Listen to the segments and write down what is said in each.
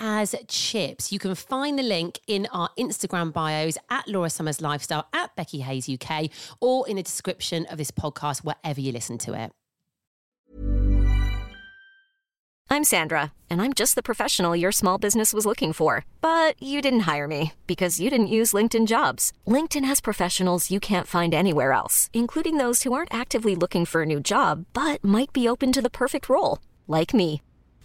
as chips. You can find the link in our Instagram bios at Laura Summers Lifestyle, at Becky Hayes UK, or in the description of this podcast, wherever you listen to it. I'm Sandra, and I'm just the professional your small business was looking for. But you didn't hire me because you didn't use LinkedIn jobs. LinkedIn has professionals you can't find anywhere else, including those who aren't actively looking for a new job but might be open to the perfect role, like me.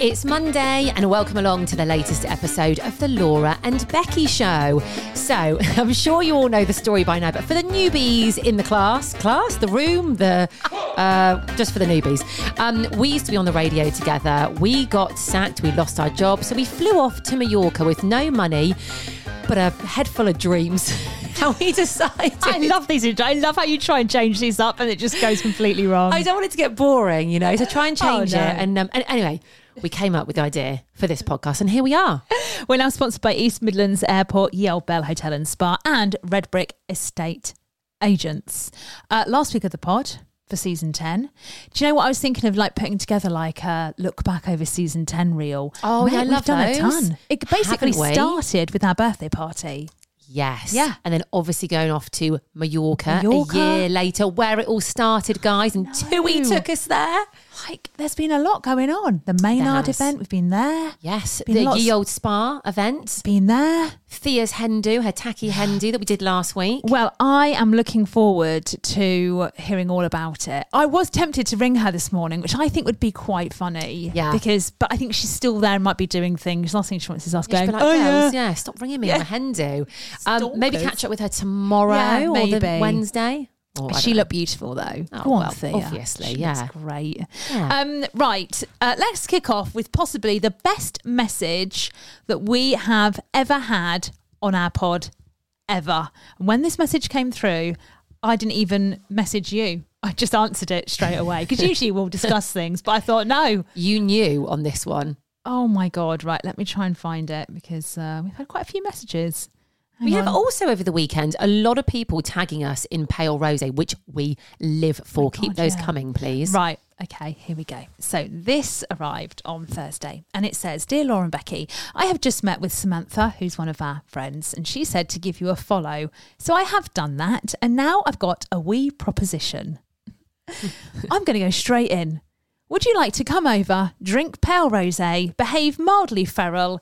It's Monday, and welcome along to the latest episode of the Laura and Becky Show. So, I'm sure you all know the story by now, but for the newbies in the class, class, the room, the uh, just for the newbies, um, we used to be on the radio together. We got sacked, we lost our job, so we flew off to Mallorca with no money, but a head full of dreams. And we decided. I love these. I love how you try and change these up and it just goes completely wrong. I don't want it to get boring, you know. So try and change Oh, no. it. And, um, and anyway, we came up with the idea for this podcast, and here we are. We're now sponsored by East Midlands Airport, Yale Bell Hotel and Spa, and Red Brick Estate Agents. Uh, last week of the pod for season 10 do you know what i was thinking of like putting together like a look back over season 10 reel Oh, Mate, yeah, I we've love done those. a ton it basically Haven't we? started with our birthday party Yes. Yeah. And then obviously going off to Mallorca, Mallorca. a year later, where it all started, guys, and Tui No. took us there. like there's been a lot going on the maynard has. event we've been there Yes, Been the lots- ye old spa event. been there Thea's Hendu, her tacky Hendu that we did last week. Well, I am looking forward to hearing all about it. I was tempted to ring her this morning, which I think would be quite funny. Yeah. Because, but I think she's still there and might be doing things. Last thing she wants is us Yeah, she'd going, be like, oh, girls, yeah. yeah. stop ringing me on my Hendu. Um, Stalkers. maybe catch up with her tomorrow Yeah, or the maybe. Wednesday. Or, I She don't know. looked beautiful though. Oh, Go on, well, Thea. obviously, She yeah. looks great. Yeah. Um, right, uh, let's kick off with possibly the best message that we have ever had on our pod ever. And when this message came through, I didn't even message you. I just answered it straight away because usually we'll discuss things, but I thought no. You knew on this one. Oh my god! Right, let me try and find it because uh, we've had quite a few messages. Hang We have on. also over the weekend a lot of people tagging us in pale rose, which we live for. God, Keep those yeah. coming, please. Right. Okay, here we go. So this arrived on Thursday and it says Dear Laura and Becky, I have just met with Samantha, who's one of our friends, and she said to give you a follow. So I have done that and now I've got a wee proposition. I'm going to go straight in. Would you like to come over, drink pale rosé, behave mildly feral,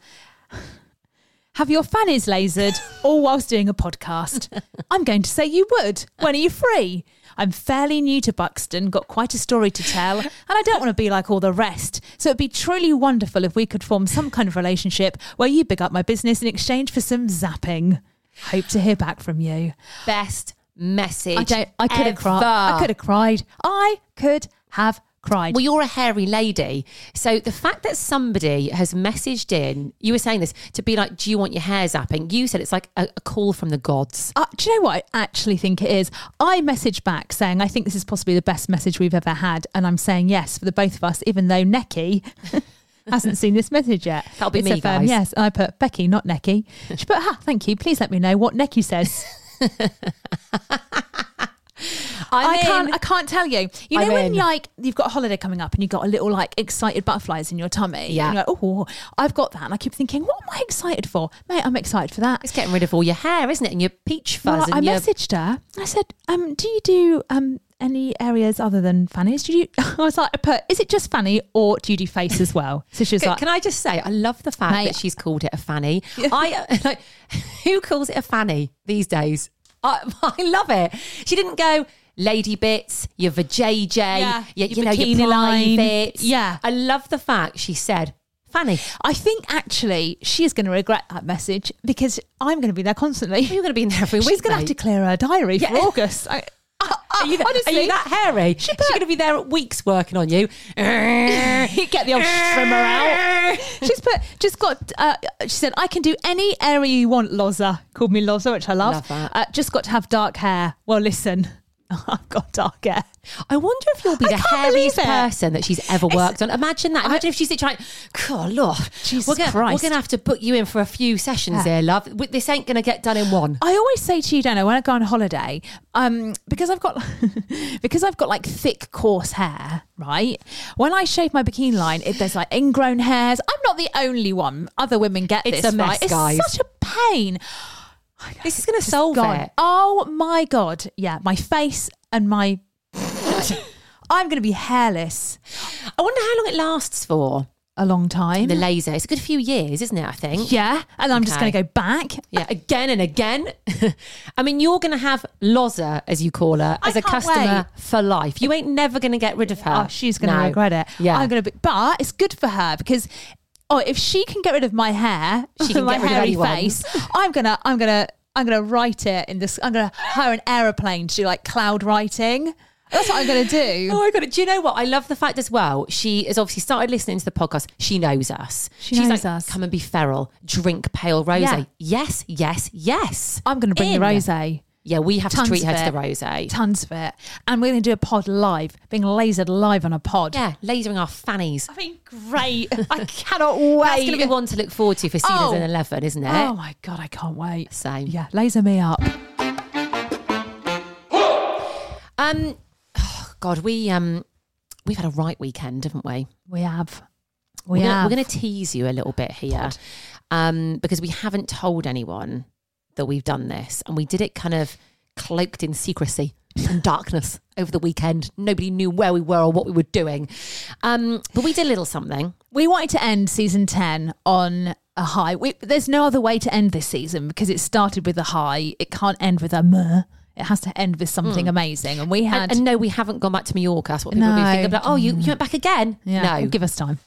have your fannies lasered, all whilst doing a podcast? I'm going to say you would. When are you free? I'm fairly new to Buxton, got quite a story to tell, and I don't want to be like all the rest. So it'd be truly wonderful if we could form some kind of relationship where you big up my business in exchange for some zapping. Hope to hear back from you. best message. I don't. I could have ever. cried. I could have cried. I could have cried. Well, you're a hairy lady. So the fact that somebody has messaged in, you were saying this, to be like, do you want your hair zapping? You said it's like a, a call from the gods. Uh, do you know what I actually think it is? I messaged back saying, I think this is possibly the best message we've ever had. And I'm saying yes for the both of us, even though Necky hasn't seen this message yet. That'll be It's me, a firm guys. Yes. And I put Becky, not Necky. She put, ah, thank you. Please let me know what Necky says. I can't. I can't tell you. You know I'm when in. like you've got a holiday coming up and you've got a little like excited butterflies in your tummy. Yeah. And you're like, oh, I've got that, and I keep thinking, what am I excited for, mate? I'm excited for that. It's getting rid of all your hair, isn't it? And your peach fuzz. Well, and I your, messaged her. I said, um, "Do you do um, any areas other than fannies? Do you?" I was like, I "Put is it just fanny or do you do face as well?" So she was Can, like, can I just say, I love the fact Mate. that she's called it a fanny. I uh, like, who calls it a fanny these days? I, I love it. She didn't go lady bits, your vajayjay, Yeah, your, your you know, bikini your line. privates. Yeah. I love the fact she said fanny. "I think actually she is going to regret that message because I'm going to be there constantly. You're going to be in there every She's week. going to have to mate. clear her diary for Yeah. Uh, August." I, I- I- Are you, honestly, are you that hairy? She She's put- going to be there at weeks working on you. Get the old trimmer out. She's put just got. Uh, she said, "I can do any area you want." Loza called me Loza, which I love. Love that. Uh, just got to have dark hair. Well, listen, I've got dark hair. I wonder if you'll be I the can't believe hairiest it. person that she's ever worked on. Imagine that. Imagine if she's trying, God, Lord, Jesus we're gonna, Christ. We're going to have to book you in for a few sessions Yeah. here, love. We- This ain't going to get done in one. I always say to you, Dana, when I go on holiday, um, because I've got because I've got like thick, coarse hair, right? When I shave my bikini line, if there's like ingrown hairs, I'm not the only one. Other women get It's this. a mess, right? guys. It's such a pain. This is going to solve Gone. it. Oh my god! Yeah, my face and my. I'm going to be hairless I wonder how long it lasts for. a long time. The laser. It's a good few years, isn't it? I think. yeah, and I'm just Okay. going to go back. Yeah, again and again. I mean, you're going to have Loza, as you call her, I as a can't customer wait. for life. You ain't never going to get rid of her. Oh, she's going to No. regret it. Yeah. I'm going to be, but it's good for her because. Oh, if she can get rid of my hair, She can my get rid of hairy anyone. face. I'm gonna, I'm gonna, I'm gonna write it in this. I'm gonna hire an aeroplane to do like cloud writing. That's what I'm gonna do. Oh my god! Do you know what? I love the fact as well. She has obviously started listening to the podcast. She knows us. She She's knows like, us. Come and be feral. Drink pale rosé. Yeah. Yes, yes, yes. I'm gonna bring In. the rosé. Yeah, we have Tons to treat of her it. to the rosé. tons of it. And we're going to do a pod live, being lasered live on a pod. Yeah, lasering our fannies. I mean, great. I cannot wait. That's going to be one to look forward to for Seasons Oh. and Eleven, isn't it? Oh my God, I can't wait. Same. Yeah, laser me up. Um, oh God, we um, we've had a right weekend, haven't we? We have. We're We gonna- have. we're going to tease you a little bit here, um, because we haven't told anyone that we've done this, and we did it kind of cloaked in secrecy and darkness over the weekend. Nobody knew where we were or what we were doing, um, but we did a little something. We wanted to end season 10 on a high. We, there's no other way to end this season because it started with a high. It can't end with a meh. It has to end with something amazing. Hmm. And we had. And, and no, we haven't gone back to Mallorca. That's what people will be No. thinking about. Oh, you, you went back again? Yeah, No, give us time.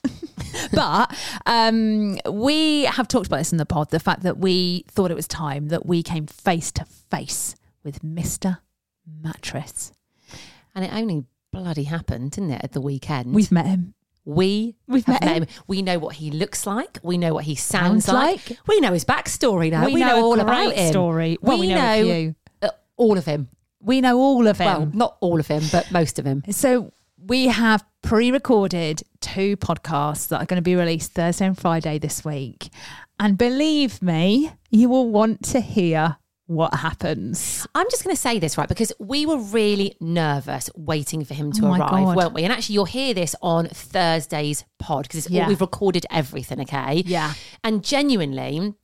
but um, we have talked about this in the pod the fact that we thought it was time that we came face to face with Mr. Mattress. and it only bloody happened, didn't it, at the weekend? We've met him. We We've have met him. We know what he looks like. We know what he sounds, Sounds like. like. We know his backstory now. We, know, a all great about him. story. Well, we, know, a few. uh, all of him. We know all of him. Well, not all of him, but most of him. So we have pre-recorded two podcasts that are going to be released Thursday and Friday this week. And believe me, you will want to hear what happens. I'm just going to say this right because we were really nervous waiting for him to Oh my arrive, God. weren't we? And actually, you'll hear this on Thursday's pod because Yeah. we've recorded everything. Okay, Yeah. And genuinely.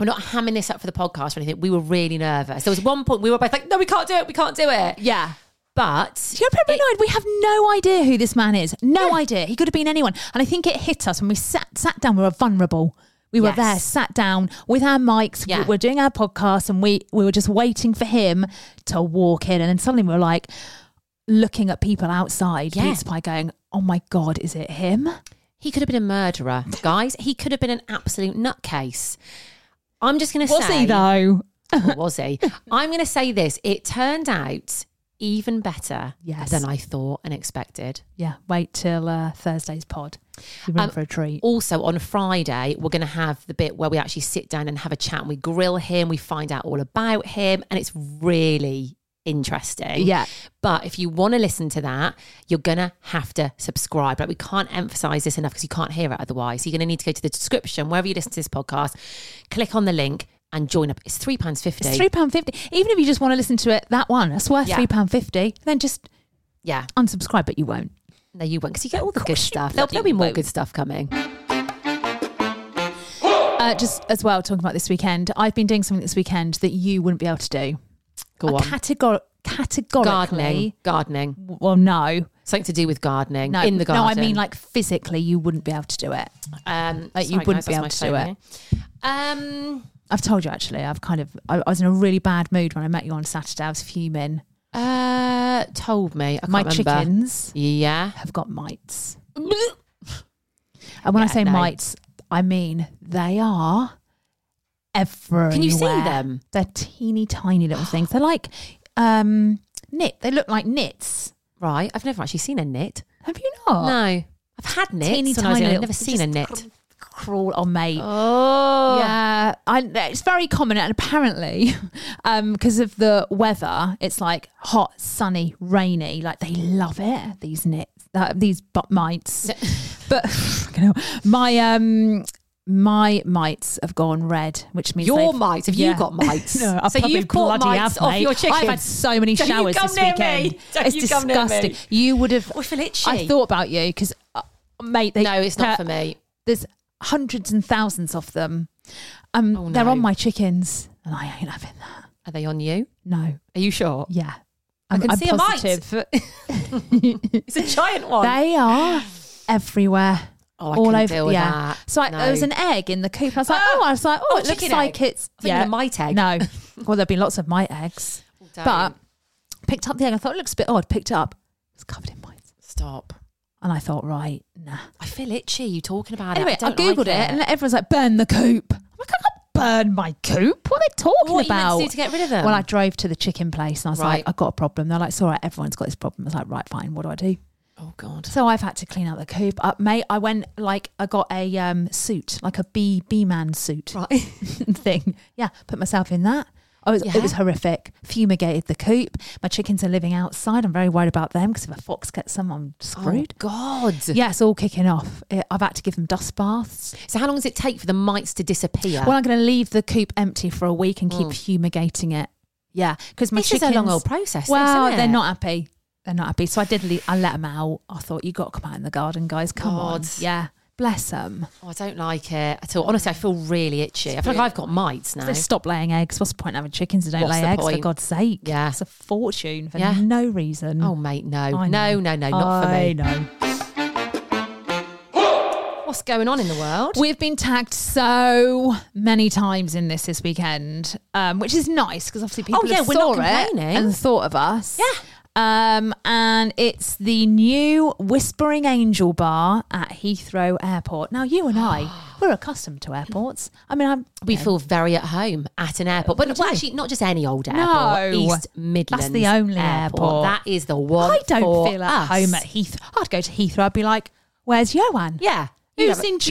We're not hamming this up for the podcast or anything. We were really nervous. There was one point we were both like, "No, we can't do it. We can't do it." Yeah. But Do you know what annoyed? We have no idea who this man is. No idea. He could have been anyone. And I think it hit us when we sat sat down. We were vulnerable. We were Yes. there, sat down with our mics. Yeah. We were doing our podcast, and we we were just waiting for him to walk in. And then suddenly we were like looking at people outside Yeah. Pizza Pie, going, "Oh my god, is it him?" He could have been a murderer, guys. He could have been an absolute nutcase. I'm just going to Was say, Oh, he though? Or was he? I'm going to say this. It turned out even better Yes. than I thought and expected. Yeah, wait till uh, Thursday's pod. You're in Um, for a treat. Also, on Friday, we're going to have the bit where we actually sit down and have a chat and we grill him, we find out all about him, and it's really interesting. Yeah. But if you want to listen to that, you're going to have to subscribe. Like, we can't emphasize this enough because you can't hear it otherwise. So you're going to need to go to the description, wherever you listen to this podcast, click on the link and join up. It's £3.50. It's three pound fifty. Even if you just want to listen to it, that one that's worth Yeah. three pound fifty. Then just yeah. unsubscribe, but you won't. No, you won't because you get all the good course you stuff. There'll, bloody there'll be more won't. good stuff coming. Uh, just as well, talking about this weekend, I've been doing something this weekend that you wouldn't be able to do. Go I on. categor- categorically. Gardening. Gardening. Well, no, Something to do with gardening no, in the garden. No, I mean like physically, you wouldn't be able to do it. um, like, you sorry, wouldn't guys, be that's able my to do phone, eh? Um, I've told you actually. I've kind of. I, I was in a really bad mood when I met you on Saturday. I was fuming. uh, told me. I can't My remember. chickens Yeah. have got mites, and when I Yeah, say no. mites, I mean they are everywhere. Can you see them? They're teeny tiny little things. They're like um knit. They look like knits. Right. I've never actually seen a knit. Have you not? No. I've had knits Teeny when I was tiny young. I've little- never seen a just knit. Crawl on, mate. Oh. Yeah, I, it's very common, and apparently, because of the weather, it's like hot, sunny, rainy. Like they love it. These knits, uh, these butt mites. but fucking hell. my um, my mites have gone red, which means Your they've- mites? Have you got mites? no, I've So probably you've caught bloody mites have, off mate. your I've had chickens. so many Don't you showers come this near me. weekend. Don't it's you come near me. disgusting. You would have. I feel itchy. I thought about you because, uh, mate. They, No, it's not they're- for me. there's hundreds and thousands of them. Um, Oh, they're no. on my chickens, and I ain't having that. Are they on you? No, Are you sure? yeah, I can see a mite. It's a giant one. they are everywhere. Oh, I all couldn't over, deal with yeah. that. So I, No. there was an egg in the coop. And I was like, Ah! oh, I was like, oh, Oh, a it looks chicken like egg. it's I thought you meant a mite egg. No, well, there've been lots of mite eggs, Don't. but picked up the egg. I thought it looks a bit odd. Picked it up, it's covered in mites, stop. and I thought, right, nah. I feel itchy. You talking about Anyway, it? I, don't googled like it, and everyone's like, "Burn the coop." I'm like, "I can't burn my coop. What are they talking What are you meant about?" to do to get rid of them? Well, I drove to the chicken place, and I was Right. like, "I've got a problem." They're like, "It's all right. Everyone's got this problem." I was like, "Right, fine. What do I do?" oh god. So I've had to clean out the coop. Uh, mate, I went like I got a um, suit, like a bee bee man suit Right. thing. Yeah, put myself in that. I was, Yeah. It was horrific. Fumigated the coop. My chickens are living outside. I'm very worried about them because if a fox gets them, I'm Oh screwed. god. Yeah, it's all kicking off. It, I've had to give them dust baths. So how long does it take for the mites to disappear? Well, I'm going to leave the coop empty for a week and keep fumigating it. Yeah, because my Mm. This is a chickens. long old process, Well, isn't it? they're not happy. They're not happy. So I did. Leave, I let them out. I thought you got to come out in the garden, guys. Come on. God. Yeah, bless them. oh, I don't like it at all. Honestly, I feel really itchy. I feel like I've got mites now. They stop laying eggs. What's the point of having chickens that don't What's lay the eggs? For point? God's sake. Yeah. it's a fortune for Yeah. no reason. Oh mate, no, I no, know. no, no, not for I me. know. What's going on in the world? We've been tagged so many times in this this weekend, um, which is nice because obviously people Oh, yeah, have we're saw not it complaining. and thought of us. Yeah. Um, and it's the new Whispering Angel bar at Heathrow Airport. Now, you and I, we're accustomed to airports. I mean, I'm, we feel very at home at an airport, but well, actually, not just any old airport. No. East That's Midlands. the only airport. That is the one. I don't for feel at us. home at Heathrow. I'd go to Heathrow. I'd be like, "Where's Joanne? Yeah, you Who's have a- in?" Ch-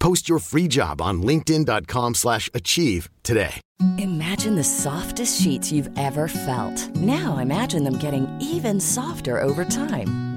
Post your free job on linkedin.com/achieve slash achieve today. Imagine the softest sheets you've ever felt. Now imagine them getting even softer over time.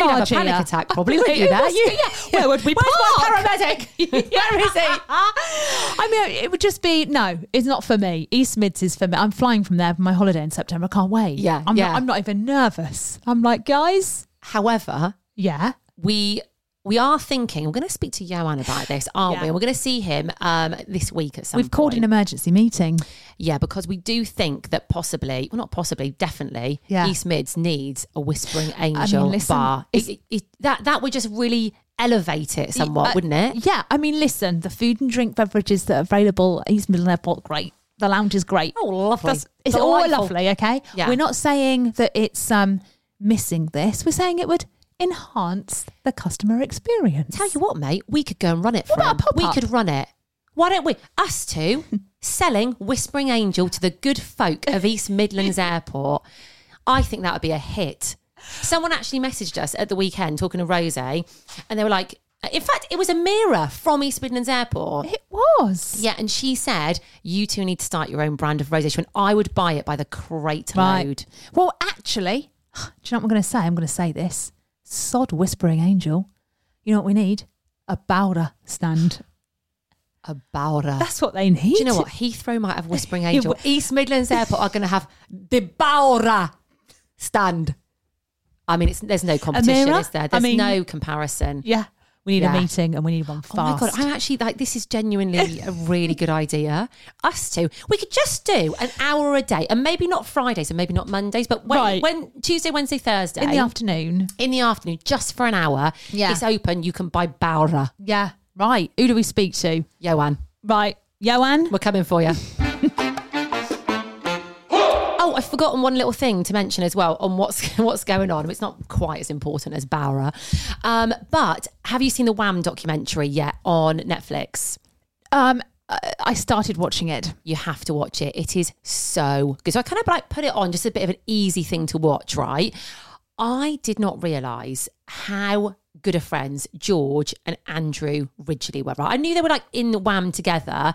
you'd have a Gia. panic attack probably, wouldn't you? There, Must be, you yeah. Where would we Where's park? my paramedic? Where is he? I mean, it would just be no. It's not for me. East Mids is for me. I'm flying from there for my holiday in September. I can't wait. Yeah, I'm yeah. Not, I'm not even nervous. I'm like, guys, However, yeah, we we are thinking we're going to speak to Johan about this, aren't Yeah. we? And We're going to see him um, this week at some. we've called an point. emergency meeting. yeah, because we do think that possibly, well, not possibly, definitely, Yeah. East Mids needs a Whispering Angel listen, bar. it's- It- it- that that would just really elevate it somewhat, Uh, wouldn't it? Yeah, I mean, listen, the food and drink beverages that are available at East Middle Airport, great. The lounge is great. Oh, lovely. it's Delightful. all lovely, okay? Yeah. We're not saying that it's um missing this. We're saying it would enhance the customer experience. Tell you what, mate, we could go and run it. What about Fran. a we pop-up? could run it. Why don't we, us two, selling Whispering Angel to the good folk of East Midlands Airport? I think that would be a hit. Someone actually messaged us at the weekend talking to Rose, and they were like, in fact, it was a mirror from East Midlands Airport. It was. Yeah, and she said, You two need to start your own brand of rosé. She went, I would buy it by the crate Right. load. Well, actually, do you know what I'm going to say? I'm going to say this. Sod Whispering Angel. You know what we need? A Bowder stand. About her. That's what they need. Uh, Do you know what? Heathrow might have Whispering Angel. w- East Midlands Airport are going to have the Baura stand. I mean, it's, there's no competition, mirror? is there? I There's mean- no comparison. Yeah. We need Yeah. a meeting and we need one fast. Oh my god! I'm actually like this is genuinely a really good idea. Us two, we could just do an hour a day, and maybe not Fridays and maybe not Mondays, but when, Right. when Tuesday, Wednesday, Thursday in the afternoon. in the afternoon, just for an hour. Yeah. It's open. You can buy Baura. Yeah. Right. Who do we speak to? Johan, Right. Johan. we're coming for you. oh, I've forgotten one little thing to mention as well on what's what's going on. It's not quite as important as Baura. Um, but have you seen the Wham documentary yet on Netflix? Um, I- I started watching it. You have to watch it. It is so good. So I kind of like put it on just a bit of an easy thing to watch, right? I did not realize how good of friends George and Andrew Ridgely were. Right? I knew they were like in the wham together,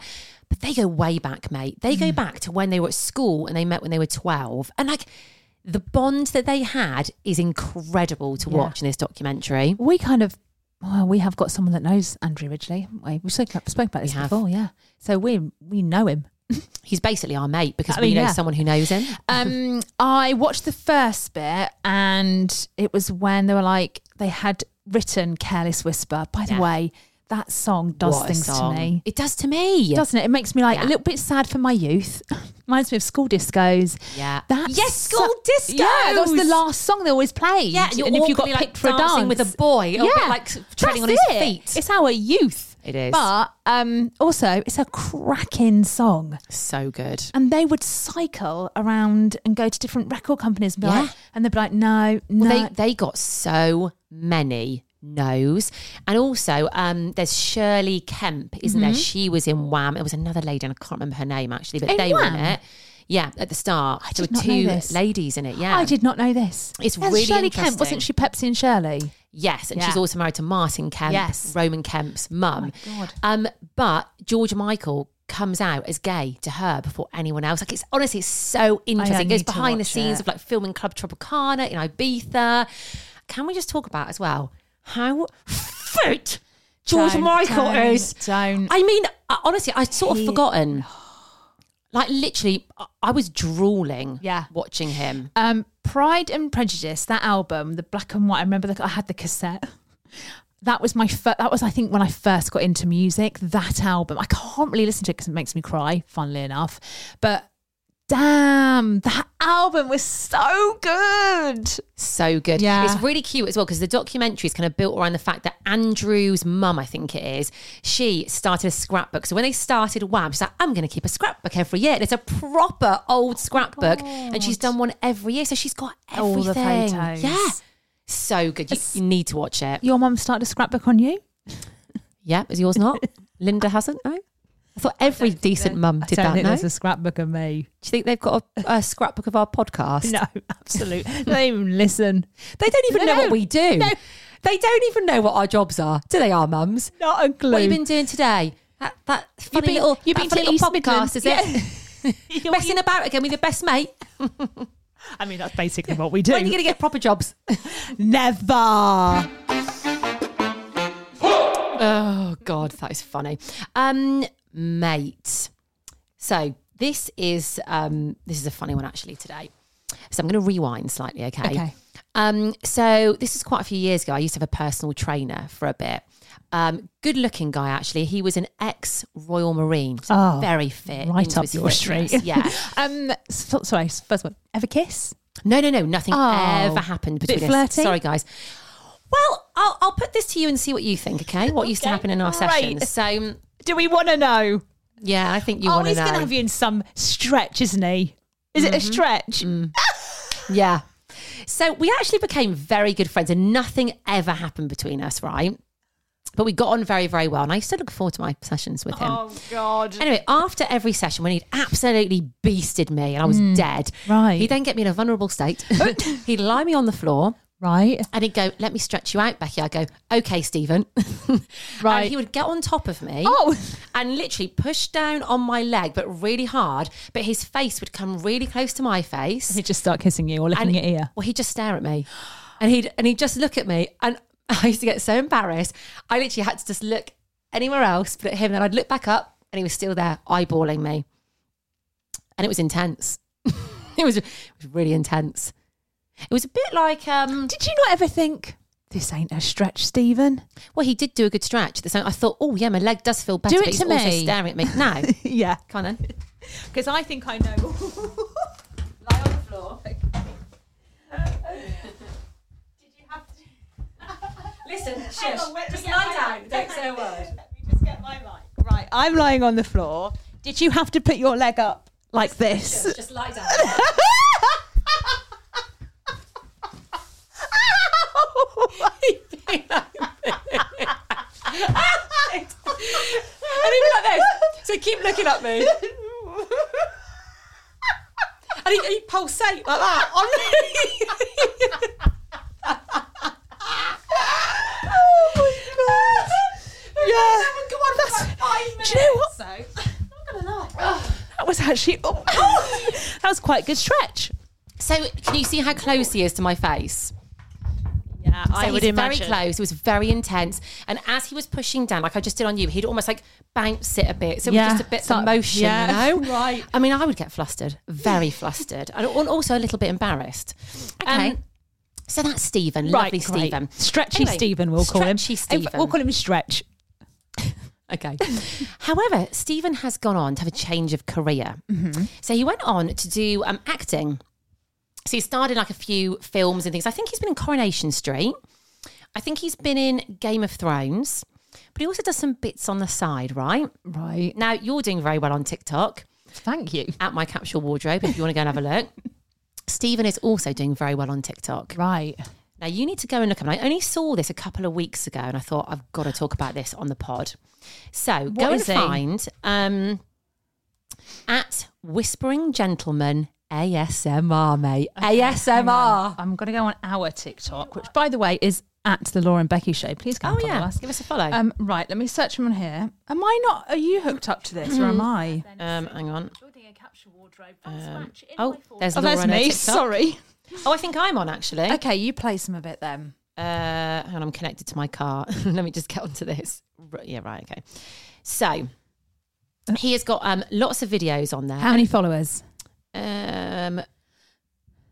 but they go way back, mate. They Mm. go back to when they were at school and they met when they were 12. And like the bond that they had is incredible to Yeah. watch in this documentary. We kind of, well, we have got someone that knows Andrew Ridgely. haven't We we spoke, spoke about this We have. before, yeah. So we we know him. He's basically our mate because I we mean, know yeah. someone who knows him. Um, I watched the first bit, and it was when they were like they had written "Careless Whisper." By the Yeah. way, that song does What a things song. to me. It does to me. doesn't it? It makes me like Yeah. a little bit sad for my youth. Reminds me of school discos. Yeah. That Yes, so- school Yeah, that was the discos! last song they always played. Yeah, and you're if you got awkwardly, like, picked for a dancing dance with a boy, a bit like treading on That's his it. feet. It's our youth. It is. But um, also, it's a cracking song. So good. And they would cycle around and go to different record companies and be Yeah. like, and they'd be like, no, no. Well, they they got so many no's, and also um, there's Shirley Kemp, isn't there? She was in Wham. There was another lady, and I can't remember her name actually, but Mm-hmm. In they were in Wham? it. Yeah, at the start, I there did were not know two this. ladies in it. Yeah, I did not know this. It's Yes, really Shirley Kemp, interesting. wasn't she Pepsi and Shirley? Yes, and she's Yeah. also married to Martin Kemp, Yes. Roman Kemp's mum. Oh my God. Um, but George Michael comes out as gay to her before anyone else. Like it's honestly, it's so interesting. it goes need to behind the watch scenes it. of like filming Club Tropicana in Ibiza. Can we just talk about as well how fit George Don't, Michael don't, is? don't. I mean, I- honestly, I'd sort of He- forgotten. Like literally, I- I was drooling. Yeah. watching him. Um, Pride and Prejudice, that album, the black and white. I remember the, I had the cassette. That was my first. That was, I think, when I first got into music. That album, I can't really listen to it because it makes me cry. Funnily enough, but damn, that album was so good. So good. Yeah. It's really cute as well because the documentary is kind of built around the fact that Andrew's mum, I think it is, she started a scrapbook. So when they started Wham, she's like, I'm going to keep a scrapbook every year. And it's a proper old scrapbook. and she's done one every year. So she's got everything. All the photos. Yeah. So good. You, you need to watch it. Your mum started a scrapbook on you. Yeah. Is yours not? Linda hasn't? No. I thought every decent mum did that. No? Do scrapbook of me. you think they've got a, a scrapbook of our podcast? No, absolutely. they don't even listen. They don't even They know what don't. we do. No. They don't even know what our jobs are. Do they, our mums? Not a clue. What have you been doing today? That, that funny been- little, you've that been funny to little East podcast, Midlands. is it? Messing about again with your best mate. I mean, that's basically what we do. When are you going to get proper jobs? Never. Oh God, that is funny. Um, mate. So this is um, this is a funny one actually today. So I'm going to rewind slightly, okay? Okay. Um, so this is quite a few years ago. I used to have a personal trainer for a bit. Um, good looking guy actually. He was an ex Royal Marine, so Oh, very fit, right into up his your fitness. street. Yeah. Um, so, sorry, first one. Ever kiss? No, no, no. Nothing Oh. ever happened Bit between us. flirty? Sorry, guys. Well, I'll, I'll put this to you and see what you think, okay? What used to Okay, happen in our great. sessions. So, Do we want to know? yeah, I think you oh, want to he's know. Mm-hmm. going to have you in some stretch, isn't he? Is it a stretch? Mm. Yeah. So we actually became very good friends and nothing ever happened between us, right? But we got on very, very well. And I used to look forward to my sessions with him. Oh God! Anyway, after every session, when he'd absolutely beasted me and I was dead, Mm, Right. he'd then get me in a vulnerable state. he'd lie me on the floor Right. and he'd go, Let me stretch you out, Becky. I'd go, Okay, Stephen. Right. And he would get on top of me Oh. and literally push down on my leg, but really hard. But his face would come really close to my face He'd just start kissing you or licking your ear. well, he'd just stare at me, and he'd and he'd just look at me, and I used to get so embarrassed. I literally had to just look anywhere else but at him. Then I'd look back up, and he was still there, eyeballing me, and it was intense. it was it was really intense. It was a bit like um. Did you not ever think this ain't a stretch, Stephen? Well, he did do a good stretch. At the same, I thought, oh yeah, my leg does feel better. Do but it he's to also me. Staring at me. No, Yeah, kind of. because I think I know. Lie on the floor. Did you have to? Listen, Hang shush. on, wait, Just let me get lie my down. mic. Don't say a word. Let me just get my mic. Right, I'm lying on the floor. Did you have to put your leg up like this? Just lie down. And he'd be like this. So he'd keep looking at me. And he'd, he'd pulsate like that on me. Oh Yeah. Go on for That's- about five minutes. Do you know what? I'm not gonna lie. That was actually oh, that was quite a good stretch. So can you see how close he is to my face? Yeah, So he's very close. It was very intense. And as he was pushing down, like I just did on you, he'd almost like bounce it a bit. So it Yeah. was just a bit Sort of of- motion, yeah, you know? right. I mean, I would get flustered, very flustered, and al- also a little bit embarrassed. Um, Okay. so that's Stephen, Right, lovely great. Stephen. Stretchy Anyway, Stephen, we'll call him. Stretchy In Stephen. fact, We'll call him Stretch. Okay. However, Stephen has gone on to have a change of career. So he went on to do um, acting. So he started like a few films and things. I think he's been in Coronation Street. I think he's been in Game of Thrones. But he also does some bits on the side, right? Right. Now, you're doing very well on TikTok Thank you. at my capsule wardrobe if you want to go and have a look. Stephen is also doing very well on TikTok. Right. Now, you need to go and look at I only saw this a couple of weeks ago and I thought, I've got to talk about this on the pod. So go and is he? find um, at Whispering Gentleman ASMR, mate. ASMR. I'm going to go on our TikTok, which, by the way, is at the Laura and Becky Show. Please go Oh, and follow yeah. us. Give us a follow. Um, Um, right, let me search him on here. Am I not? Are you hooked up to this, or Hmm. am I? hang on. Um, oh, there's Oh, Laura that's on her me. TikTok. Sorry. Oh, I think I'm on actually. Okay, you play some of it then. Uh, hang on, I'm connected to my car. Let me just get onto this. R- Yeah, right. Okay. So he has got um lots of videos on there. How many followers? Um,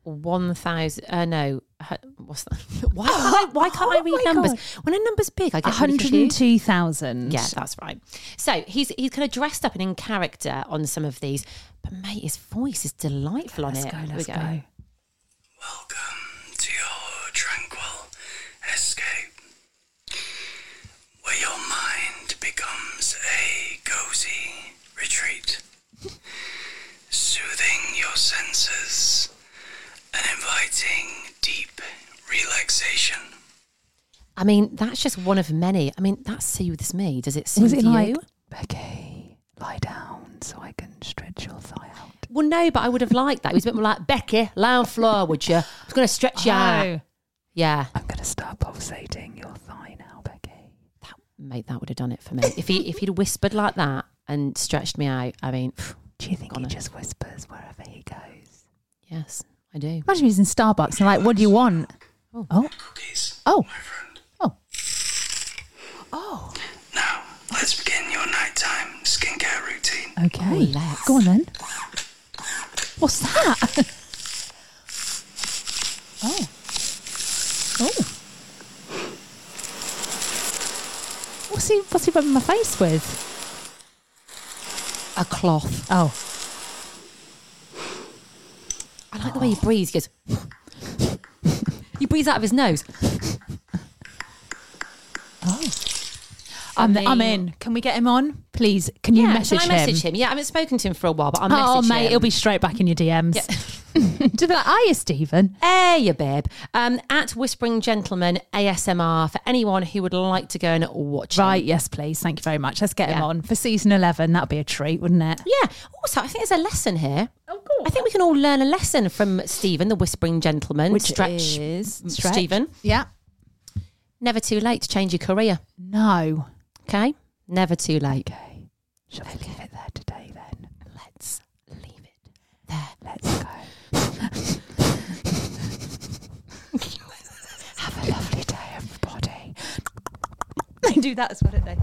one thousand. Uh, no, hu- what's that? Why? Why, why can't I Oh read my numbers? God. When a number's big, I get really confused. 102,000. Yeah, that's right. So he's he's kind of dressed up and in character on some of these, but mate, his voice is delightful Let's on it. go, Here we let's go. Welcome to your tranquil escape, where your mind becomes a cozy retreat, soothing your senses and inviting deep relaxation. I mean, that's just one of many. I mean, that soothes me. Does it soothe Was it you? like, Becky, lie down so I can stretch your thigh out? Well, no, but I would have liked that. He was a bit more like Becky, lie on floor, would you? I was going to stretch you Oh. out. Oh. Yeah, I'm going to start pulsating your thigh now, Becky. that, mate, that would have done it for me. If he if he'd whispered like that and stretched me out, I mean, phew, Do you think Gonna- he just whispers wherever he goes? yes, I do. Imagine he's in Starbucks and like, what do you want? Oh, oh, Cookies. oh, My friend. Oh. oh. Now, let's begin your nighttime skincare routine. okay. Oh, let's. Go on then. What's that? oh, oh. What's he? What's he rubbing my face with? A cloth. Oh, I like the way he breathes. He goes. he breathes out of his nose. Oh. I'm, I'm mean- in. Can we get him on, please? Can you yeah, message can I him? message him? Yeah, I haven't spoken to him for a while, but I'll oh, message mate, him. it'll be straight back in your DMs. Do they like, are you, Stephen? Hey, you babe. Um, at Whispering Gentleman ASMR for anyone who would like to go and watch him. Right, yes, please. Thank you very much. Let's get him Yeah. on for season 11. That'd be a treat, wouldn't it? Yeah. Also, I think there's a lesson here. Oh, cool. I think we can all learn a lesson from Stephen, the Whispering Gentleman. Which Mm, Stretch, is Stretch. Stephen. Yeah. Never too late to change your career. No. Okay. Never too late. Okay. Shall we leave it there today then? Let's leave it there. Let's go. Have a lovely day, everybody. They do that as well, don't they?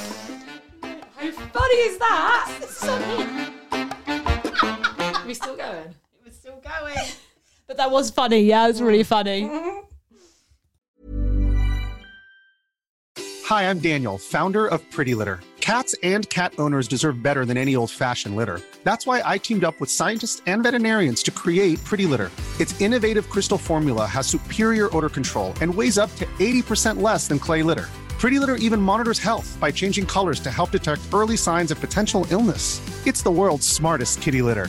How funny is that? It's so Are we still going? It was still going. But that was funny. Yeah, it was really funny. Hi, I'm Daniel, founder of Pretty Litter. Cats and cat owners deserve better than any old fashioned litter. That's why I teamed up with scientists and veterinarians to create Pretty Litter. Its innovative crystal formula has superior odor control and weighs up to 80% less than clay litter. Pretty Litter even monitors health by changing colors to help detect early signs of potential illness. It's the world's smartest kitty litter.